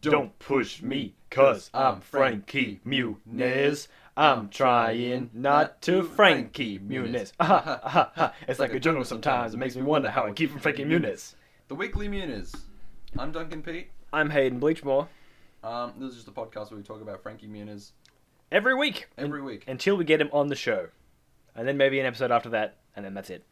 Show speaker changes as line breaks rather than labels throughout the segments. Don't push me, cause I'm Frankie Muniz. I'm trying not to Frankie Muniz. Ah, ah, ah. It's like a jungle sometimes. It makes me wonder how I keep from Frankie Muniz.
The Weekly Muniz. I'm Duncan Pete.
I'm Hayden Bleachmore.
Um, this is just a podcast where we talk about Frankie Muniz
Every week.
every week.
Until we get him on the show. And then maybe an episode after that, and then that's it.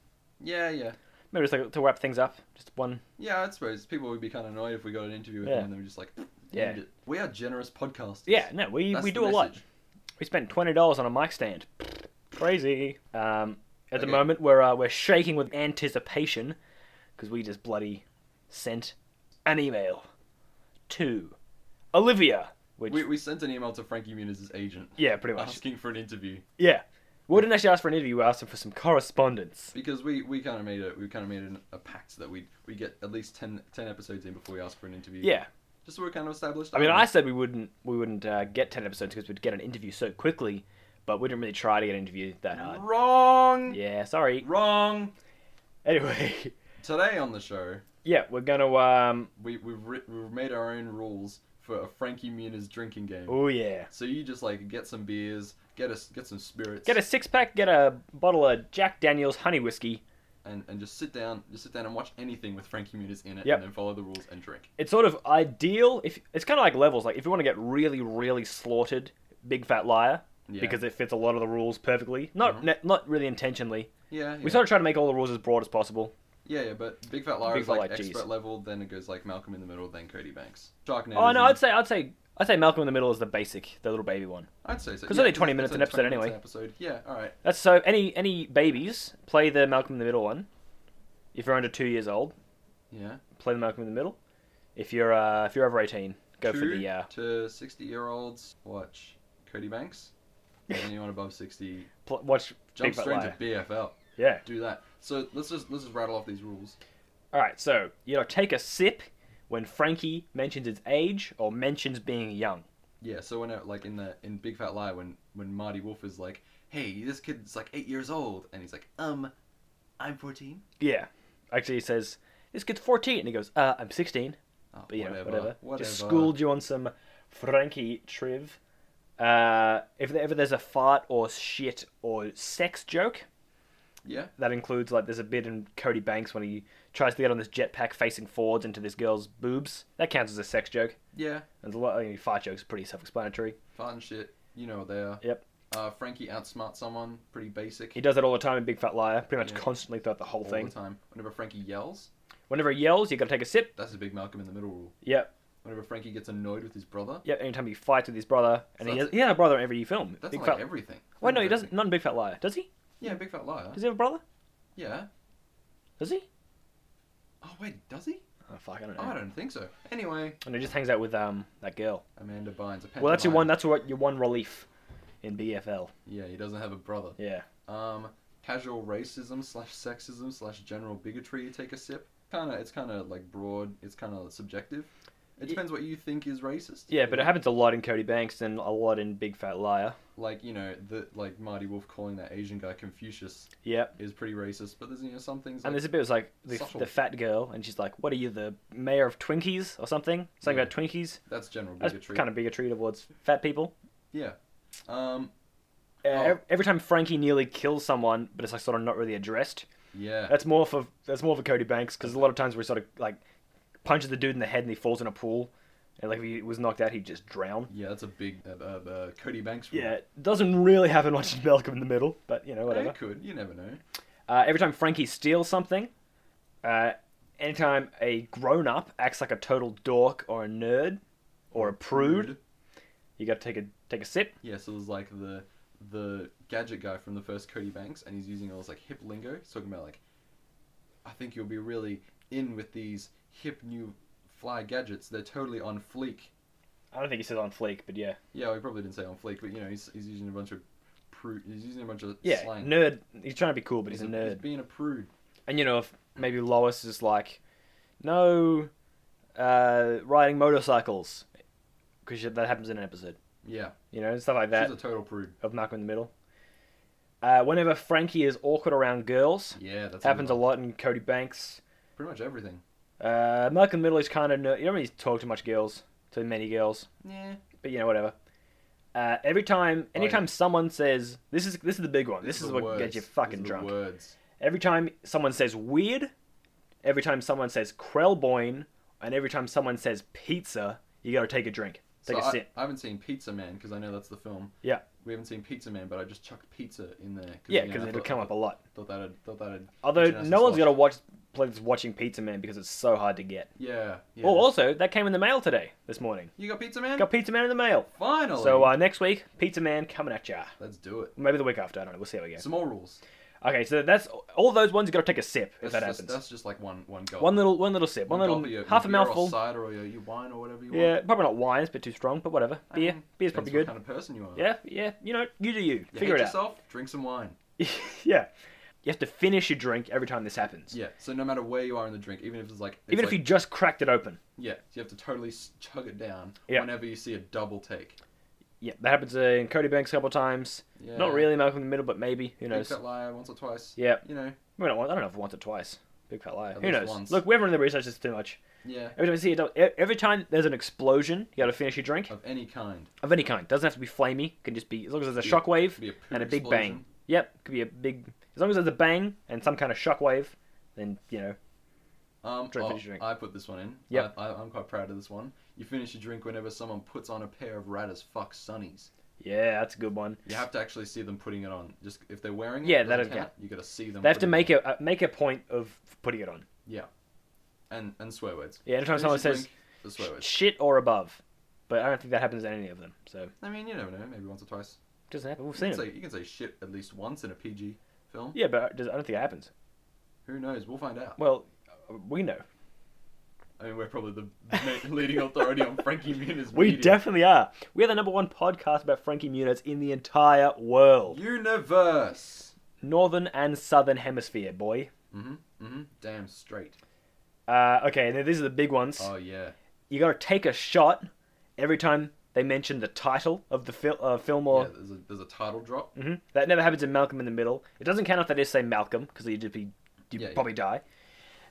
Yeah, yeah.
Maybe just like to wrap things up. Just one.
Yeah, I suppose people would be kind of annoyed if we got an interview with
Yeah.
him and they were just like,
Yeah.
"End it." We are generous podcasters.
Yeah, no, we,
That's
we
the
do a lot.
message.
We spent twenty dollars on a mic stand. Crazy. Um, at the
Okay.
moment, we're uh, we're shaking with anticipation because we just bloody sent an email to Olivia. Which
We, Uh-huh. we sent an email to Frankie Muniz's agent
yeah, pretty much.
asking for an interview
yeah, we didn't actually ask for an interview. We asked him for some correspondence.
because we, we kind of made it. We kind of made an, a pact that we we get at least 10, 10 episodes in before we ask for an interview.
Yeah,
just so we're kind of established.
I mean, I said we wouldn't we wouldn't uh, get ten episodes because we'd get an interview so quickly, but we didn't really try to get an interview that hard.
wrong,
Yeah, sorry.
wrong.
Anyway,
Today on the show,
yeah, we're gonna um.
we we've, writ we've made our own rules for a Frankie Muniz drinking game.
Oh yeah.
So you just like get some beers, get us get some spirits,
Get a six pack, get a bottle of Jack Daniels honey whiskey.
and and just sit down, just sit down and watch anything with Frankie Muniz in it,
Yep.
and then follow the rules and drink.
It's sort of ideal if it's kind of like levels. Like if you want to get really, really slaughtered, big fat liar,
Yeah.
because it fits a lot of the rules perfectly. Not
Mhm.
ne- not really intentionally.
yeah, yeah,
We sort of try to make all the rules as broad as possible.
yeah, yeah. But Big Fat Lara
Big
is
Fat
like,
Lara, geez.
expert level. Then it goes like Malcolm in the Middle, then Cody Banks. Sharknado.
oh no, I'd
is in-
say I'd say I'd say Malcolm in the Middle is the basic, the little baby one.
I'd say so.
'cause
yeah,
only 20
it's-
minutes
it's
an
like
episode
20 minutes
anyway.
an episode. Yeah. All right.
That's so any any babies play the Malcolm in the Middle one. If you're under two years old,
Yeah.
play the Malcolm in the Middle. If you're uh, if you're over eighteen, go for
Two
the uh,
to sixty year olds watch Cody Banks. Anyone above sixty
pl- watch
jump
Big Fat
straight
Liar.
to BFL.
Yeah.
do that. So let's just let's just rattle off these rules.
All right, so you know, take a sip when Frankie mentions his age or mentions being young.
Yeah. So when uh, like in the in Big Fat Lie, when when Marty Wolf is like, "Hey, this kid's like eight years old," and he's like, "Um, I'm 14."
Yeah, actually, he says this kid's fourteen, and he goes, "Uh, I'm 16.
Oh,
But you know, whatever. Just
whatever.
schooled you on some Frankie triv. Uh, if ever there's a fart or shit or sex joke,
Yeah.
that includes like there's a bit in Cody Banks when he tries to get on this jetpack facing forwards into this girl's boobs. That counts as a sex joke.
Yeah.
And a lot of fart jokes are pretty self-explanatory.
Fun shit. You know what they are.
Yep.
Uh, Frankie outsmarts someone. Pretty basic.
He does that all the time in Big Fat Liar, pretty much
Yeah.
constantly throughout the whole
all
thing.
the time. Whenever Frankie yells,
Whenever he yells, you gotta take a sip.
that's a big Malcolm in the Middle rule.
Yep,
Whenever Frankie gets annoyed with his brother,
yep. Anytime he fights with his brother, and
So
he, has,
that's-
he had a brother in every film.
that's
Big
like
fat.
everything.
Wait, no, he
Everything.
doesn't. Not in Big Fat Liar, does he?
Yeah, Big Fat Liar.
Does he have a brother?
Yeah.
Does he?
Oh wait, does he?
Oh fuck, I don't know.
I don't think so. Anyway,
And he just hangs out with um that girl.
Amanda Bynes. A
Well, that's your
pantomime.
one. That's what your one relief in BFL.
Yeah, he doesn't have a brother.
Yeah.
Um, casual racism slash sexism slash general bigotry. You take a sip. Kind of, it's kind of like broad. It's kind of subjective. It
Ye-
depends what you think is racist.
Yeah, but it happens a lot in Cody Banks and a lot in Big Fat Liar.
like you know, the like Marty Wolf calling that Asian guy Confucius
Yep.
is pretty racist. But there's you know some
And
things. like,
there's a bit was like the,
Subtle.
the fat girl, and she's like, "What are you, the mayor of Twinkies or something? Something
Yeah.
about Twinkies?
that's general
That's
bigotry.
kind of bigotry towards fat people."
Um,
Uh,
Oh.
ev- Every time Frankie nearly kills someone, but it's like sort of not really addressed.
yeah,
That's more for that's more for Cody Banks because a lot of times we sort of like punches the dude in the head and he falls in a pool, and like if he was knocked out, he'd just drown.
yeah, that's a big uh, uh, uh, Cody Banks. rule.
Yeah, it doesn't really happen much in Malcolm in the Middle, but you know
Eh,
whatever.
it could. You never know.
Uh, every time Frankie steals something, uh, anytime a grown up acts like a total dork or a nerd or a prude, you got to take a take a sip.
Yeah, so there's like the the gadget guy from the first Cody Banks, and he's using all this like hip lingo. He's talking about like, I think you'll be really in with these hip new fly gadgets. They're totally on fleek.
I don't think he says on fleek, but yeah,
Yeah, well, he probably didn't say on fleek, but you know, he's, he's using a bunch of prude. He's using a bunch of
yeah,
slang.
nerd. He's trying to be cool, but he's, a nerd.
He's being a prude.
And you know, if maybe Lois is like, no, uh, riding motorcycles, because that happens in an episode.
Yeah,
You know, and stuff like that
she's a total prude.
of Malcolm in the Middle. Uh, whenever Frankie is awkward around girls,
Yeah, that's
happens a
good one.
lot in Cody Banks.
Pretty much everything.
Uh, Malcolm in the Middle is kind of ner- you don't really talk to much girls. to many girls.
Yeah.
But you know, whatever. Uh, every time,
yeah.
anytime someone says this is this is the big one. This,
are
is
the
what
words.
gets you
These are
fucking
the
drunk.
Words.
Every time someone says weird, every time someone says Krellboin, and every time someone says pizza, you gotta take a drink. Take
so
a
I-
sip.
I, haven't seen Pizza Man because I know that's the film.
Yeah.
We haven't seen Pizza Man, but I just chucked pizza in there.
Yeah,
you know,
because
I
it'll
thought-
come up a lot.
Thought that. Thought that.
Although
international
no one's
squash.
gotta watch play this watching Pizza Man because it's so hard to get.
Yeah. yeah.
Oh, also that came in the mail today this morning.
you got Pizza Man.
Got Pizza Man in the mail.
Finally.
So uh, next week, Pizza Man coming at ya.
Let's do it.
Maybe the week after. I don't know. We'll see how we go.
Some more rules.
Okay, so that's all those ones. You gotta take a sip if
That's
that
just,
happens.
That's just like one one gulp.
One little, one little sip, one,
One gulp of
little
your-
half a
your beer
mouthful.
Or cider or your, your wine or whatever you want.
Yeah, probably not wine. It's a bit too strong, but whatever. Beer,
Um,
beer's
Depends
probably
What
good.
kind of person you are.
Yeah, yeah. You know, you do you.
You
Figure
hate
it out.
yourself. Drink some wine.
yeah, you have to finish your drink every time this happens.
Yeah. So no matter where you are in the drink, even if it's like it's
Even if
like-
you just cracked it open.
yeah, you have to totally s- chug it down
Yeah.
whenever you see a double take.
Yeah, that happens uh, in Cody Banks a couple times.
Yeah.
Not really Malcolm in the Middle, but maybe. Who
Big
knows?
fat liar once or twice.
Yeah,
You know.
we don't want, I don't know if once or twice. Big fat liar.
At
Who
least
knows?
once.
Look, we haven't really researched this too much.
Yeah.
Every time, you see a dou- e- every time there's an explosion, you got to finish your drink
Of any kind.
of any kind. Doesn't have to be flamey. Can just be as long as there's a
Yeah.
shockwave.
Could be a poop
and a big
explosion.
bang. Yep, could be a big. As long as there's a bang and some kind of shockwave, then you know.
Um,
Drink,
oh,
finish your drink.
I put this one in.
Yep.
I, I, I'm quite proud of this one. You finish your drink whenever someone puts on a pair of rat as fuck sunnies.
Yeah, that's a good one.
You have to actually see them putting it on. Just if they're wearing it,
Yeah,
it doesn't
that'll
count. You got to see them.
They have to
putting
make
it.
a uh, make a point of putting it on.
on. and and swear words.
Yeah, anytime someone
Finish your
says
drink, the swear words.
shit or above, but I don't think that happens in any of them. So it
I mean, you never know. Maybe once or twice.
doesn't happen. We've
You
seen
can,
it.
say, you can say shit at least once in a PG film.
Yeah, but it does- I don't think it happens.
Who knows? We'll find out.
Well, uh, we know.
I mean, we're probably the ma- leading authority on Frankie Muniz.
We
media.
definitely are. We're the number one podcast about Frankie Muniz in the entire world,
universe.
northern and southern hemisphere, boy.
Mhm. Mhm. Damn straight.
Uh, okay, and then these are the big ones.
Oh yeah.
you got to take a shot every time they mention the title of the fil- uh, film or
yeah there's a there's a title drop.
hmm that never happens in Malcolm in the Middle. It doesn't count if they just say Malcolm because you'd just be you'd
Yeah, yeah.
probably die.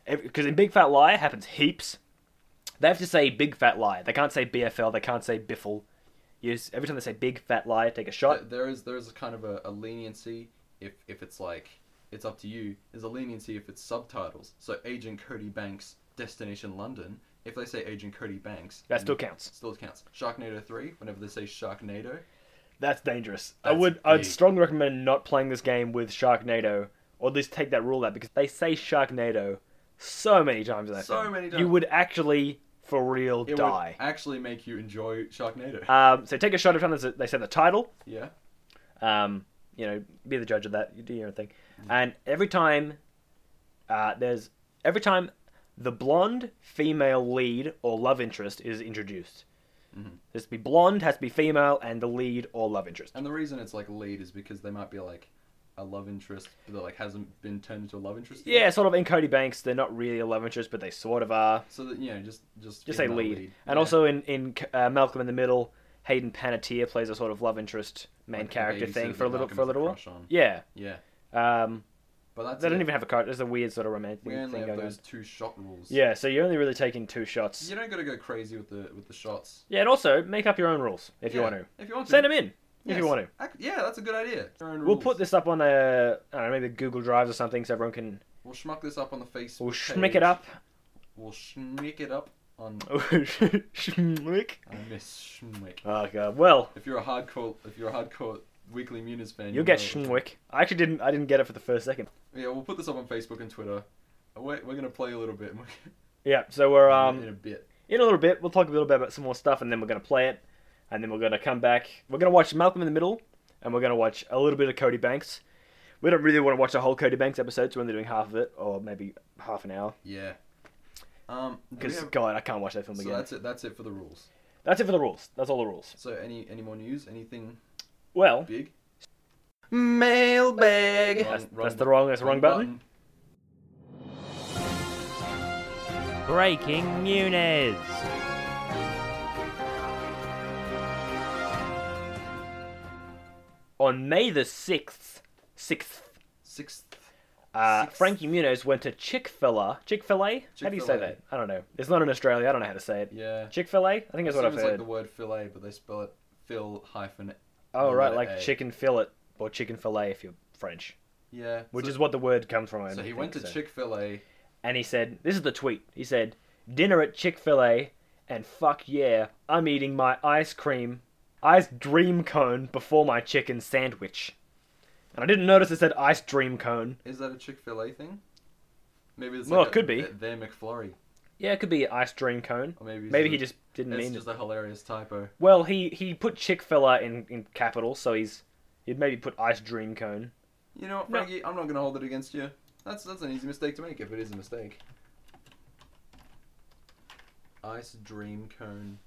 Because in Big Fat Lie it happens heaps. They have to say Big Fat Lie. They can't say BFL. They can't say Biffle. You just, every time they say Big Fat Lie, take a shot.
Th- there is there is a kind of a, a leniency if if it's like it's up to you. There's a leniency if it's subtitles. So Agent Cody Banks, Destination London. If they say Agent Cody Banks,
That
then
still counts.
still counts. Sharknado three. Whenever they say Sharknado,
That's dangerous. I
That's
would I'd
big.
strongly recommend not playing this game with Sharknado, or at least take that rule out because they say Sharknado so many times in that
So
film.
many
You
times.
would actually, for real,
it
die.
would actually make you enjoy Sharknado.
Um, so take a shot every time there's a- they say the title.
yeah.
Um, you know, be the judge of that. You do your own thing. And every time, uh, there's every time the blonde female lead or love interest is introduced.
Mhm.
This be blonde has to be female and the lead or love interest.
And the reason it's like lead is because they might be like a love interest that like hasn't been turned into a love interest. yet.
Yeah, sort of in Cody Banks, they're not really a love interest, but they sort of are.
So that you know, just just
Just say
female
lead. And
Yeah.
also in in uh, Malcolm in the Middle, Hayden Panettiere plays a sort of love interest main
Like the
character
babysitter
thing for a
that
little
Malcolm
for a
has
little while.
crush on.
Yeah.
Yeah,
Um,
but that's
they don't
it.
even have a card. There's a weird sort of romantic
We
thing
only
going
have
on.
those two shot rules.
Yeah, so you're only really taking two shots.
You don't gotta go crazy with the with the shots.
Yeah, and also make up your own rules if you
Yeah,
want to.
If you want to.
Send them in if
Yes.
you want to.
Ac- yeah, that's a good idea. Your own
We'll
rules.
put this up on a I don't know, maybe Google Drives or something, so everyone can.
We'll schmuck this up on the Facebook.
We'll
page.
schmick it up. Oh,
We'll schmick it up on.
schmick.
I miss schmick.
Oh god. Well,
If you're a hardcore, if you're a hardcore Weekly Muniz fan,
you'll get
know.
schmick. I actually didn't. I didn't get it for the first second.
Yeah, we'll put this up on Facebook and Twitter. Uh, Wait, we're gonna play a little bit. and we're-
Yeah. So we're um
in a bit.
in a little bit. We'll talk a little bit about some more stuff, and then we're gonna play it, and then we're gonna come back. We're gonna watch Malcolm in the Middle, and we're gonna watch a little bit of Cody Banks. We don't really want to watch a whole Cody Banks episode, so we're only doing half of it, or maybe half an hour.
Yeah. Um. do we
Because
have-
God, I can't watch that film
so
again.
that's it. That's it for the rules.
That's it for the rules. That's all the rules.
So any any more news? Anything
Well,
big?
mailbag.
Wrong-
That's,
wrong
that's
bu-
the wrong. That's the wrong button. Breaking Muniz. On May the sixth, sixth,
Sixth.
Uh,
Six-
Frankie Muniz went to Chick Fil A. Chick Fil A? How do you say
Chick-fil-A.
that? I don't know. It's not in Australia. I don't know how to say it.
Yeah.
Chick Fil A? I think that's
It's
what I've
like
heard.
the word fillet, but they spell it Phil hyphen.
oh
the
right,
letter
like
A.
chicken fillet or chicken fillet if you're French,
Yeah.
which
so,
is what the word comes from. I
So he
think
went to Chick Fil A.
and he said, "This is the tweet." He said, "Dinner at Chick Fil A, and fuck yeah, I'm eating my ice cream, ice dream cone before my chicken sandwich." And I didn't notice it said ice dream cone.
Is that a Chick Fil A thing? Maybe it's
Well, it
like a-
could be.
th- Their McFlurry,
Yeah, it could be ice dream cone.
or maybe it's
Maybe
a-
he just didn't
It's
mean it.
Mm-hmm. just a hilarious typo.
Well, he he put Chick Fil A in in capital, so he's he'd maybe put ice dream cone.
You know what,
No.
Frankie? I'm not gonna hold it against you. That's that's an easy mistake to make if it is a mistake. Ice dream cone.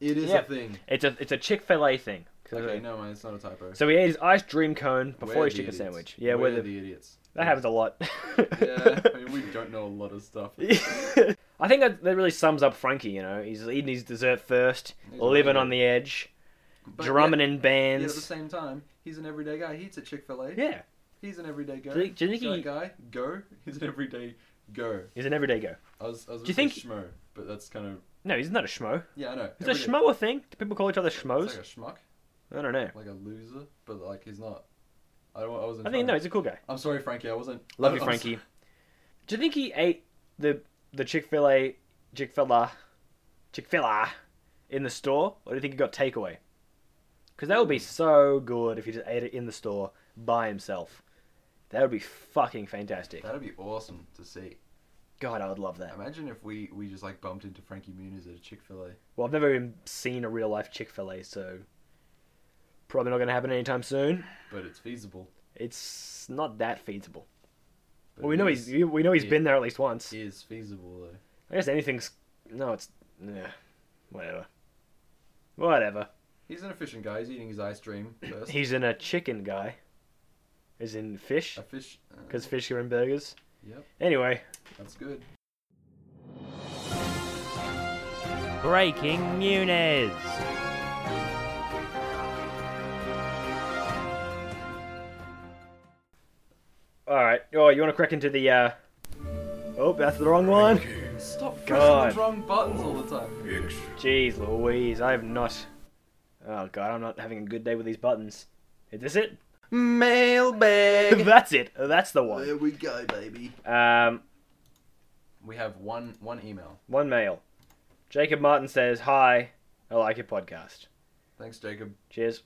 It is
Yeah.
a thing.
It's a it's a Chick Fil A thing.
Okay, no, man, it's not a typo.
So he ate his ice dream cone before
We're
his
the
chicken
idiots.
sandwich. Yeah,
We're
where the,
the idiots.
that happens a lot.
Yeah, I mean, we don't know a lot of stuff.
I think that, that really sums up Frankie. You know, he's eating his dessert first,
He's
living
amazing.
on the edge,
But
drumming
yet,
in
yet at the
bands.
same time, he's an everyday guy. He eats at Chick Fil A.
Yeah,
He's an everyday guy.
Do you- do you think
guy,
he-
guy go? He's an everyday go.
he's an everyday go.
I was I was
Do you
gonna say
think-
schmo, but that's kind of
No, he's not a schmo.
yeah I know.
Is
everyday-
a schmo a thing? Do people call each other
It's
schmoes?
like a schmuck.
I don't know.
like a loser, but like he's not. I don't. I wasn't.
I think no,
trying to-
he's a cool guy.
I'm sorry, Frankie. I wasn't.
Love
I-
you,
I'm
Frankie. Do you think he ate the the Chick Fil A, Chick Fil A, Chick Fil A, in the store, or do you think he got takeaway? Because that would be so good if he just ate it in the store by himself. That would be fucking fantastic.
so- That'd be awesome to see.
God, I would love that.
Imagine if we we just like bumped into Frankie Muniz at a Chick Fil A.
Well, I've never even seen a real life Chick Fil A, so probably not going to happen anytime soon.
But it's feasible.
It's not that feasible.
But
Well, we
it
know
is-
he's we know he's
it
been there at least once.
is feasible though.
I guess anything's no, it's yeah, whatever, whatever.
He's an efficient guy. He's eating his ice cream first.
He's in a chicken guy, is in fish
a fish. uh,
because fish are in burgers.
Yep,
Anyway,
that's good.
breaking Muniz. All right. Oh, you want to crack into the? uh... Oh, that's the wrong one.
Stop
God.
pressing the wrong buttons all the time.
Jeez Louise, I have not. Oh god, I'm not having a good day with these buttons. Is this it?
Mailbag.
That's it. That's the one.
there we go, baby.
Um,
We have one one email.
one mail. Jacob Martin says, "Hi, I like your podcast."
Thanks, Jacob.
Cheers.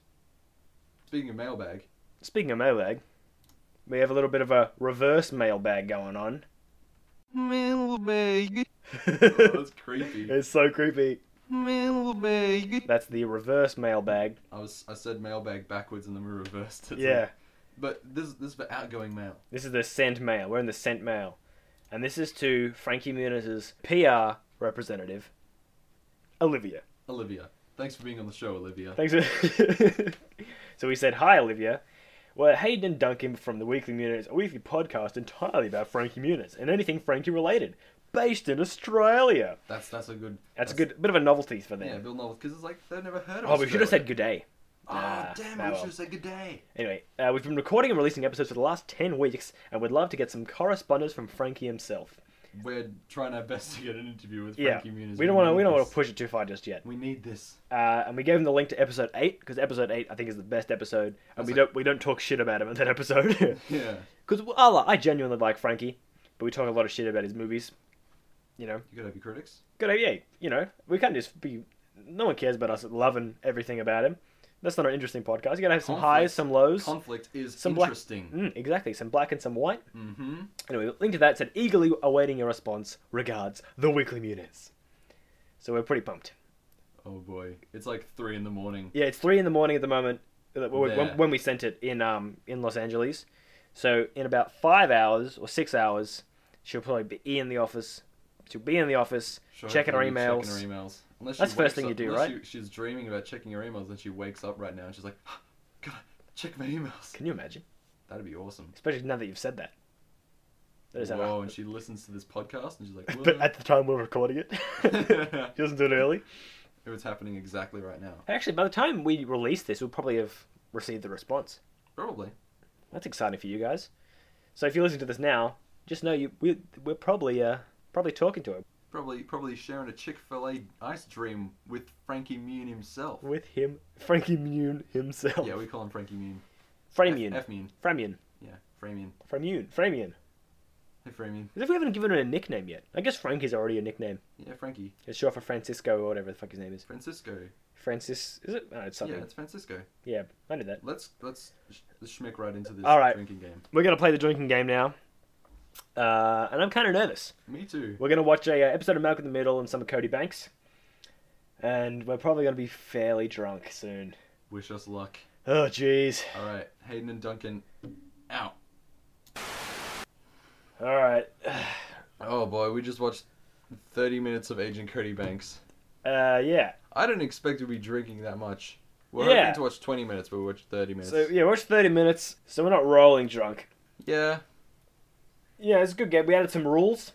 Speaking of mailbag,
Speaking of mailbag, we have a little bit of a reverse mailbag going on.
mailbag. Oh,
it's
that's creepy.
so creepy.
Mailbag.
That's the reverse mailbag.
I was I said mailbag backwards and then we reversed it.
Yeah.
But this this is for outgoing mail.
This is the sent mail. We're in the sent mail. And this is to Frankie Muniz's PR representative, Olivia.
Olivia, thanks for being on the show, Olivia.
Thanks. For... so we said, Hi, Olivia. We're Hayden and Duncan from the Weekly Muniz, a weekly podcast entirely about Frankie Muniz and anything Frankie related, based in Australia.
That's that's a good.
That's a good bit of a novelty for
Yeah,
them.
Bill Knowles, because it's like they've never heard of.
oh, we should have said
Australia.
good day.
Oh
Ah,
damn!
ah,
we
well.
should have said good day.
Anyway, uh, we've been recording and releasing episodes for the last 10 weeks, and we'd love to get some correspondence from Frankie himself.
We're trying our best to get an interview with
Yeah,
Frankie Muniz.
we don't want to. We
need
don't want
this.
to push it too far just yet.
We need this.
uh, and we gave him the link to episode eight because episode eight I think is the best episode, and
That's
we
like-
don't we don't talk shit about him in that episode
Yeah,
because I, li- I genuinely like Frankie, but we talk a lot of shit about his movies. You know,
you gotta have your critics.
good idea. You know, we can't just be. No one cares about us loving everything about him. That's not an interesting podcast. You gotta have some
Conflict.
highs, some lows.
Conflict is
Some black-
interesting.
Mm, exactly, some black and some white.
Mm-hmm.
Anyway, link to that said eagerly awaiting your response. Regards, the Weekly Muniz. So we're pretty pumped.
Oh boy, it's like three in the morning.
Yeah, it's three in the morning at the moment. uh, When,
There.
when- when we sent it in um in Los Angeles, so in about five hours or six hours, she'll probably be in the office. She'll be in the office
Sure,
checking her
you check
emails.
in her emails. Unless
That's
she
the first
wakes
thing you
up-
do,
unless
right?
she- she's dreaming about checking her emails, and she wakes up right now and she's like, "God, check my emails."
Can you imagine?
That'd be awesome.
Especially now that you've said that. That is
Whoa!
how.
And she listens to this podcast, and she's like,
But at the time we're recording it,
"Whoa."
she doesn't do it early.
it was happening exactly right now.
Actually, by the time we release this, we'll probably have received the response.
Probably.
That's exciting for you guys. So if you're listening to this now, just know you we we're probably uh probably talking to him
Probably, probably sharing a Chick Fil A ice dream with Frankie Mune himself.
with him Frankie Mune himself.
Yeah, we call him Frankie Mune.
Framian.
F Mune.
Framian.
Yeah, Framian.
Framian. Framian.
Hey, Framian.
As if we haven't given it a nickname yet. I guess Frankie's already a nickname.
Yeah, Frankie.
It's short for Francisco or whatever the fuck his name is.
Francisco.
Francis is it? No, it's something.
Yeah, it's Francisco.
Yeah, I knew that.
Let's let's sh- let's schmick right into this
All right.
drinking game.
We're gonna play the drinking game now, uh, and I'm kind of nervous.
Me too.
We're gonna watch a uh, episode of Malcolm in the Middle and some of Cody Banks, and we're probably gonna be fairly drunk soon.
Wish us luck.
Oh jeez.
All right, Hayden and Duncan, out.
All right.
Oh boy, we just watched 30 minutes of Agent Cody Banks.
Uh, yeah.
I didn't expect to be drinking that much. We're
Yeah.
hoping to watch 20 minutes, but we watched 30 minutes.
So yeah, we watched 30 minutes. So we're not rolling drunk.
yeah.
Yeah, it's a good game. We added some rules.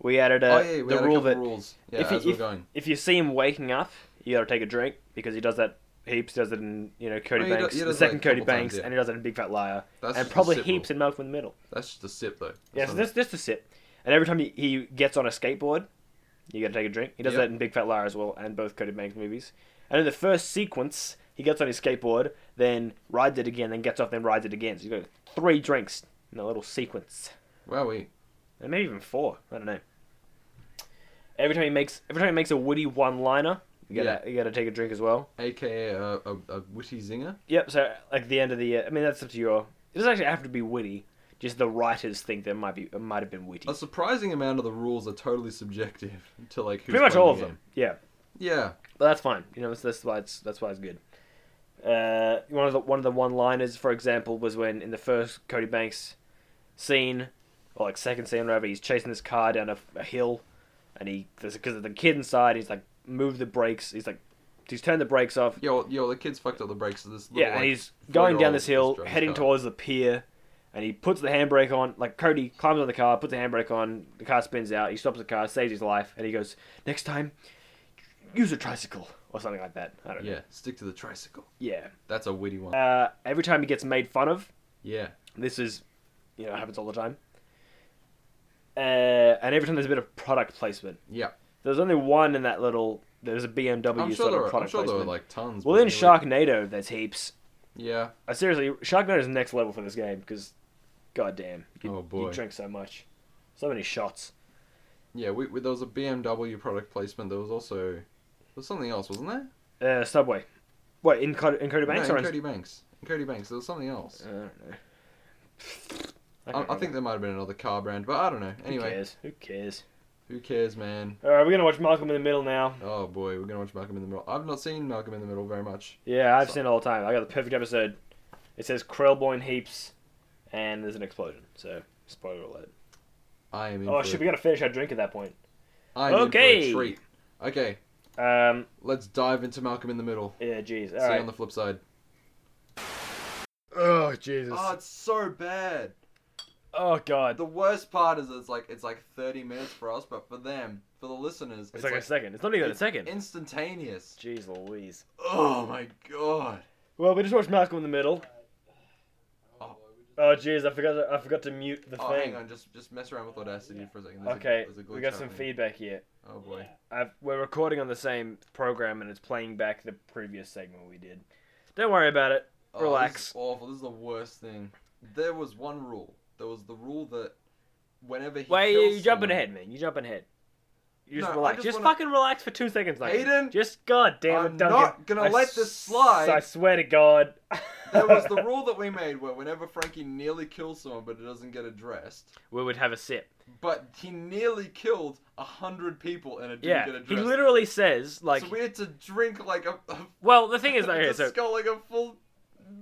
We added uh,
oh yeah, we
the
had a
rule
couple
that
rules. Yeah,
if you-
as we're
if-
going.
if you see him waking up, you gotta take a drink because he does that heaps. Does it in you know Cody
Oh, he do-
Banks,
he
the
does it,
second
like,
Cody
couple times,
Banks,
yeah.
and he does it in Big Fat Liar,
That's
and
just a
probably
sip
heaps in Malcolm in the Middle.
Rule. That's just a sip though. That's
Yeah, so
not-
this just a sip, and every time he, he gets on a skateboard, you gotta take a drink. He does
Yep.
that in Big Fat Liar as well, and both Cody Banks movies. And in the first sequence, he gets on his skateboard, then rides it again, then gets off, then rides it again. So you got three drinks in a little sequence.
Wow, we.
And maybe even four. I don't know. Every time he makes every time he makes a witty one liner, you gotta you gotta take a drink as well.
AKA a, a, a witty zinger.
Yep. So like the end of the, uh, I mean that's up to your. It doesn't actually have to be witty. Just the writers think there might be it might have been witty.
A surprising amount of the rules are totally subjective to like who's
Pretty much
playing
all of
the
them. Yeah,
game. Yeah.
but that's fine. You know that's, that's why it's that's why it's good. Uh, one of the one of the one liners, for example, was when in the first Cody Banks scene, or like second scene, whatever, he's chasing this car down a, a hill, and he because of the kid inside, he's like move the brakes. He's like he's turned the brakes off.
Yo, yo, the kids fucked up the brakes of this. Little,
Yeah, and
like,
he's going down
four-year-old
this hill,
just drove his
heading
car.
towards the pier, and he puts the handbrake on. Like Cody climbs on the car, puts the handbrake on, the car spins out. He stops the car, saves his life, and he goes, "Next time, use a tricycle or something like that." I don't know.
Yeah, stick to the tricycle.
Yeah.
That's a witty one.
Uh, every time he gets made fun of,
Yeah.
this is, you know, happens all the time. Uh, and every time there's a bit of product placement.
Yeah.
There's only one in that little. There's a BMW
I'm sure,
sort
there
of
are, I'm
product
sure there
placement.
are like tons.
well,
but
in
you know, like-
Sharknado, there's heaps.
Yeah.
Uh, seriously, Sharknado is next level for this game because, goddamn, you,
Oh,
you
boy.
drink so much, so many shots.
Yeah, we, we, there was a BMW product placement. There was also there was something else, wasn't there?
Uh, Subway. What in Cod- in Cody Banks
no,
or
in
in?
Cody Banks. In Cody Banks, there was something else.
I don't know. I,
I,
can't
I think
remember.
there might have been another car brand, but I don't know. Anyway,
Who cares? Who cares?
who cares, man?
All right, we're gonna watch Malcolm in the Middle now.
Oh boy, we're gonna watch Malcolm in the Middle. I've not seen Malcolm in the Middle very much.
Yeah, I've
So-
seen it all the time. I got the perfect episode. It says Krellboyne heaps, and there's an explosion. So spoiler alert.
I am in.
Oh
for
shit,
a-
we gotta finish our drink at that point.
I am in for
Okay.
a treat. Okay,
Um,
let's dive into Malcolm in the Middle.
yeah, jeez.
See
All
you
right.
on the flip side.
Oh Jesus.
Oh, it's so bad.
Oh god.
The worst part is it's like it's like 30 minutes for us, but for them, for the listeners, it's,
It's, like, a second. It's not even a
it's
second.
instantaneous.
Jeez Louise.
Oh my god.
Well, we just watched Malcolm in the Middle.
Oh.
Oh, jeez, I forgot. I forgot to mute the
Oh,
thing.
hang on, just just mess around with Audacity for a second. There's a-
Okay,
there's a glitch
we got some
happening.
feedback here.
Oh boy.
I've, we're recording on the same program, and it's playing back the previous segment we did. Don't worry about it.
Oh, this
Relax.
is awful. This is the worst thing. There was one rule. There was the rule that whenever he
Wait, you
kills
you jumping
someone-
ahead, man. You jumping ahead. You just
No, I
relax.
just
Just,
wanna-
fucking relax for two seconds, like
Hayden,
Just goddamn it,
I'm
Duncan.
not gonna
I
let this
s-
slide.
I swear to God.
There was the rule that we made where whenever Frankie nearly kills someone but it doesn't get addressed,
we would have a sip.
but he nearly killed a hundred people and it didn't
Yeah,
get
he
addressed.
literally says like,
so we had to drink like a, a
well, the thing is, okay,
just
so
go like a full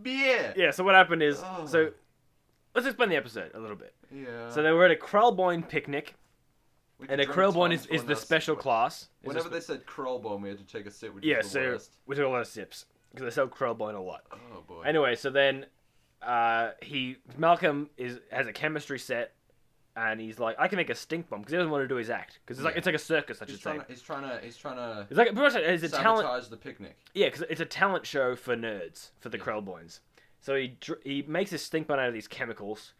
beer.
yeah, so what happened is,
Oh.
so let's explain the episode a little bit.
Yeah.
So they were at a Krellboyne picnic,
We
and a
drank
Krellboyne
tons
is, is
on
the
us,
special
but-
class. Is
Whenever
the
they said Krellbone, we had to take a sip, which
yeah,
is the
so
worst.
we took a lot of sips because they sell Krellboyne a lot.
Oh boy.
Anyway, so then uh, he Malcolm is has a chemistry set, and he's like, I can make a stink bomb because he doesn't want to do his act because it's like
Yeah.
it's like a circus, I should
he's
say.
trying, to, he's trying to he's trying to
It's like pretty much it's a
sabotage
talent
the picnic.
Yeah, because it's a talent show for nerds, for the
Yeah.
Krellboyns. So he dr- he makes this stink bomb out of these chemicals,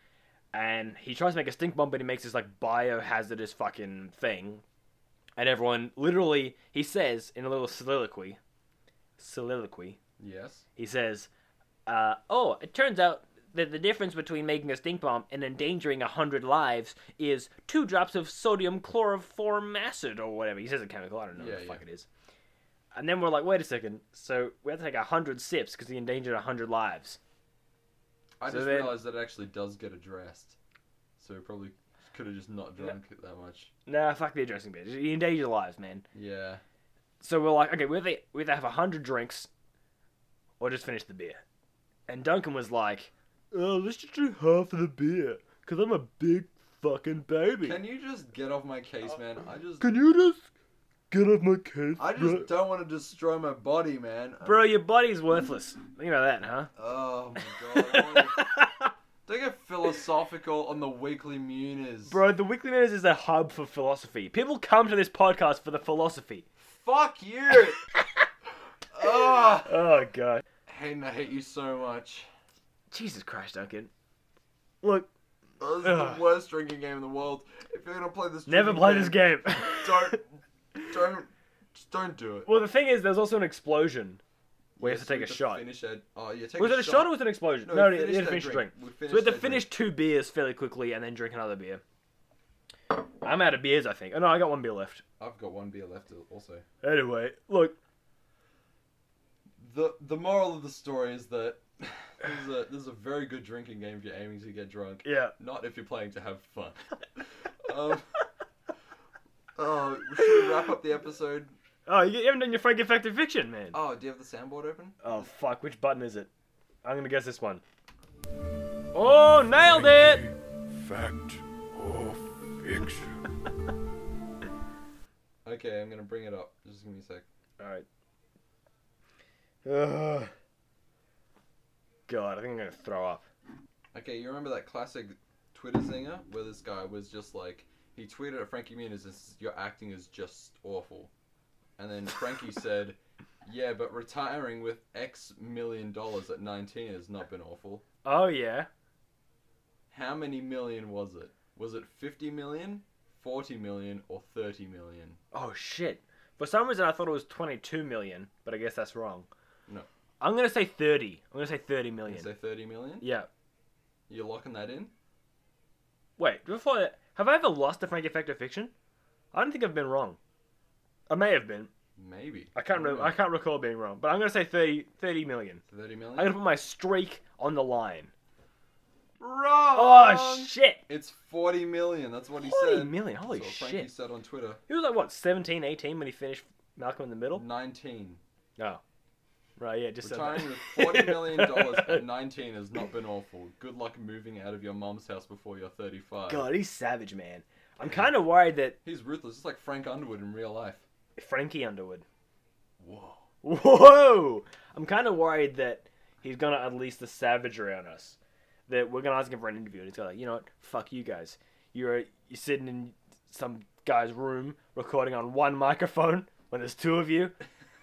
and he tries to make a stink bomb, but he makes this like biohazardous fucking thing, and everyone literally he says in a little soliloquy, soliloquy,
Yes.
he says, uh, "Oh, it turns out." That the difference between making a stink bomb and endangering a hundred lives is two drops of sodium chloroform acid or whatever. He says a chemical. I don't know
Yeah,
what the
yeah.
fuck it is. And then we're like, wait a second. So we have to take a hundred sips because he endangered a hundred lives.
I
So
just
then-
realized that it actually does get addressed. So we probably could have just not drunk it that much.
Nah, fuck the addressing bitch. You endanger lives, man.
Yeah.
So we're like, okay, we either, we either have a hundred drinks, or just finish the beer. And Duncan was like, oh, let's just do half of the beer, cause I'm a big fucking baby.
Can you just get off my case,
Oh.
man? I just
Can you just get off my case,
I just don't want to destroy my body, man. I'm-
bro? Your body's worthless. Think about that, huh?
Oh my god. I wanna- Don't get philosophical on the weekly Muniz.
Bro, the Weekly News is a hub for philosophy. People come to this podcast for the philosophy.
Fuck you! Ah!
Oh god.
Hayden, I hate you so much.
Jesus Christ, Duncan. Look,
Oh, this is
Ugh.
the worst drinking game in the world. If you're gonna play this,
never
drinking
play this game.
Don't, don't, just don't do it.
Well, the thing is, there's also an explosion. We have
Yes,
to take a
have
shot.
Finish it. Oh yeah, take
Was
a
it a shot or was it an explosion?
No,
No,
we
we had to
finished that
finish a
drink.
drink.
We
so we had to
finished that
finish two beers fairly quickly and then drink another beer. I'm out of beers, I think. Oh no, I got one beer left.
I've got one beer left also.
Anyway, look,
The the moral of the story is that this is a this is a very good drinking game if you're aiming to get drunk.
yeah.
Not if you're playing to have fun. um, oh, should we wrap up the episode?
Oh, you haven't done your Frank Effective Fiction, man.
Oh, do you have the soundboard open?
Oh fuck, which button is it? I'm gonna guess this one. Oh, nailed it!
Fact or fiction?
Okay, I'm gonna bring it up. Just give me a sec.
Alright. Ugh. God, I think I'm gonna throw up.
Okay, you remember that classic Twitter zinger where this guy was just like, he tweeted at Frankie Muniz, this, your acting is just awful. And then Frankie said, yeah, but retiring with X million dollars at 19 has not been awful.
Oh yeah.
How many million was it? Was it 50 million, 40 million, or 30 million?
Oh shit. For some reason I thought it was 22 million, but I guess that's wrong.
No.
I'm going to say 30. I'm going to say 30
You
million.
say 30 million?
yeah.
You're locking that in?
Wait, before that, have I ever lost a Frank Effect of Fiction? I don't think I've been wrong. I may have been.
Maybe.
I can't remember. I can't recall being wrong, but I'm going to say 30 30 million.
30
I'm
million?
going to put my streak on the line.
Wrong!
Oh shit.
It's 40 million. That's what he
40
said.
million. Holy
That's
shit.
what Frankie said on Twitter.
He was like what, 17, 18 when he finished Malcolm in the Middle? Oh.
19.
Right, yeah, just said that.
Mm. Retiring with forty million dollars at nineteen has not been awful. Good luck moving out of your mum's house before you're thirty-five.
God, he's savage, man. I'm kind of worried that
He's ruthless. It's like Frank Underwood in real life.
Frankie Underwood
Whoa.
Whoa! I'm kind of worried that he's gonna unleash the savagery on us. That we're gonna ask him for an interview, and he's gonna, like, you know what? Fuck you guys. You're you're sitting in some guy's room recording on one microphone when there's two of you.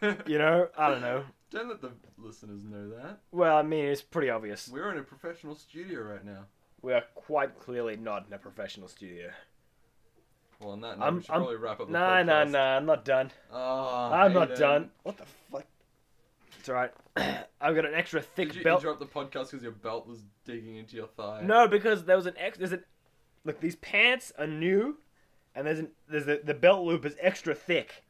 You know? I don't know.
Don't let the listeners know that
Well, I mean, it's pretty obvious.
we're in a professional studio right now.
We are quite clearly not in a professional studio.
Well, on that note,
I'm-
we should
I'm-
probably wrap up. The
Nah, nah,
podcast.
nah. I'm not done.
Oh,
I'm not
Hayden.
done. What the fuck? It's alright. I've got an extra thick
Did you
belt.
interrupt the podcast because your belt was digging into your thigh?
No, because there was an ex. There's an look. These pants are new, and there's an there's a, the belt loop is extra thick,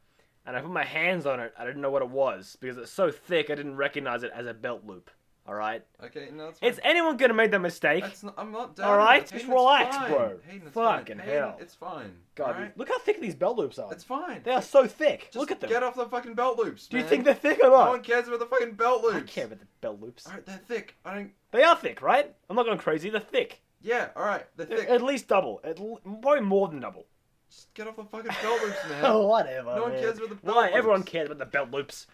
and I put my hands on it. I didn't know what it was because it's so thick. I didn't recognize it as a belt loop. All right,
Okay, no, that's fine.
is anyone gonna make that mistake?
That's not, I'm not down.
All right, just
Hayden,
relax,
it's fine.
bro.
Hayden, it's
Fucking
fine.
hell.
Hayden, it's fine.
God,
all right?
look how thick these belt loops are.
it's fine.
They are so thick.
Just
Look at them.
Get off the fucking belt loops.
Do you
man.
think they're thick or
No one
not?
cares about the fucking
I
belt loops.
don't care about the belt loops.
All right, they're thick. I don't.
They are thick, right? I'm not going crazy. They're thick.
Yeah, all right, they're
They're
thick.
At least double. At l- probably more than double.
Just get off the fucking belt loops, man.
Oh, whatever.
No one
man.
cares about the belt
Why? Everyone
loops.
cares about the belt loops.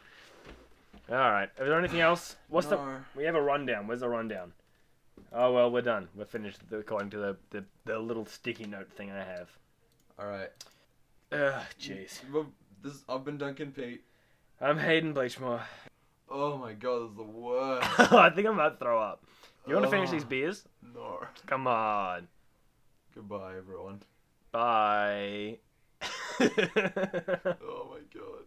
All right. Is there anything else? What's the?
No.
We have a rundown. Where's the rundown? Oh well, we're done. We're finished with- according to the, the, the little sticky note thing I have.
All right.
Ugh, jeez.
Well, This I've been Duncan Pete.
I'm Hayden Bleichmore.
Oh my god, this is the worst. Oh.
I think I'm about to throw up. You want to finish
Ugh.
these beers?
no.
Come on.
Goodbye, everyone.
Bye.
Oh my god.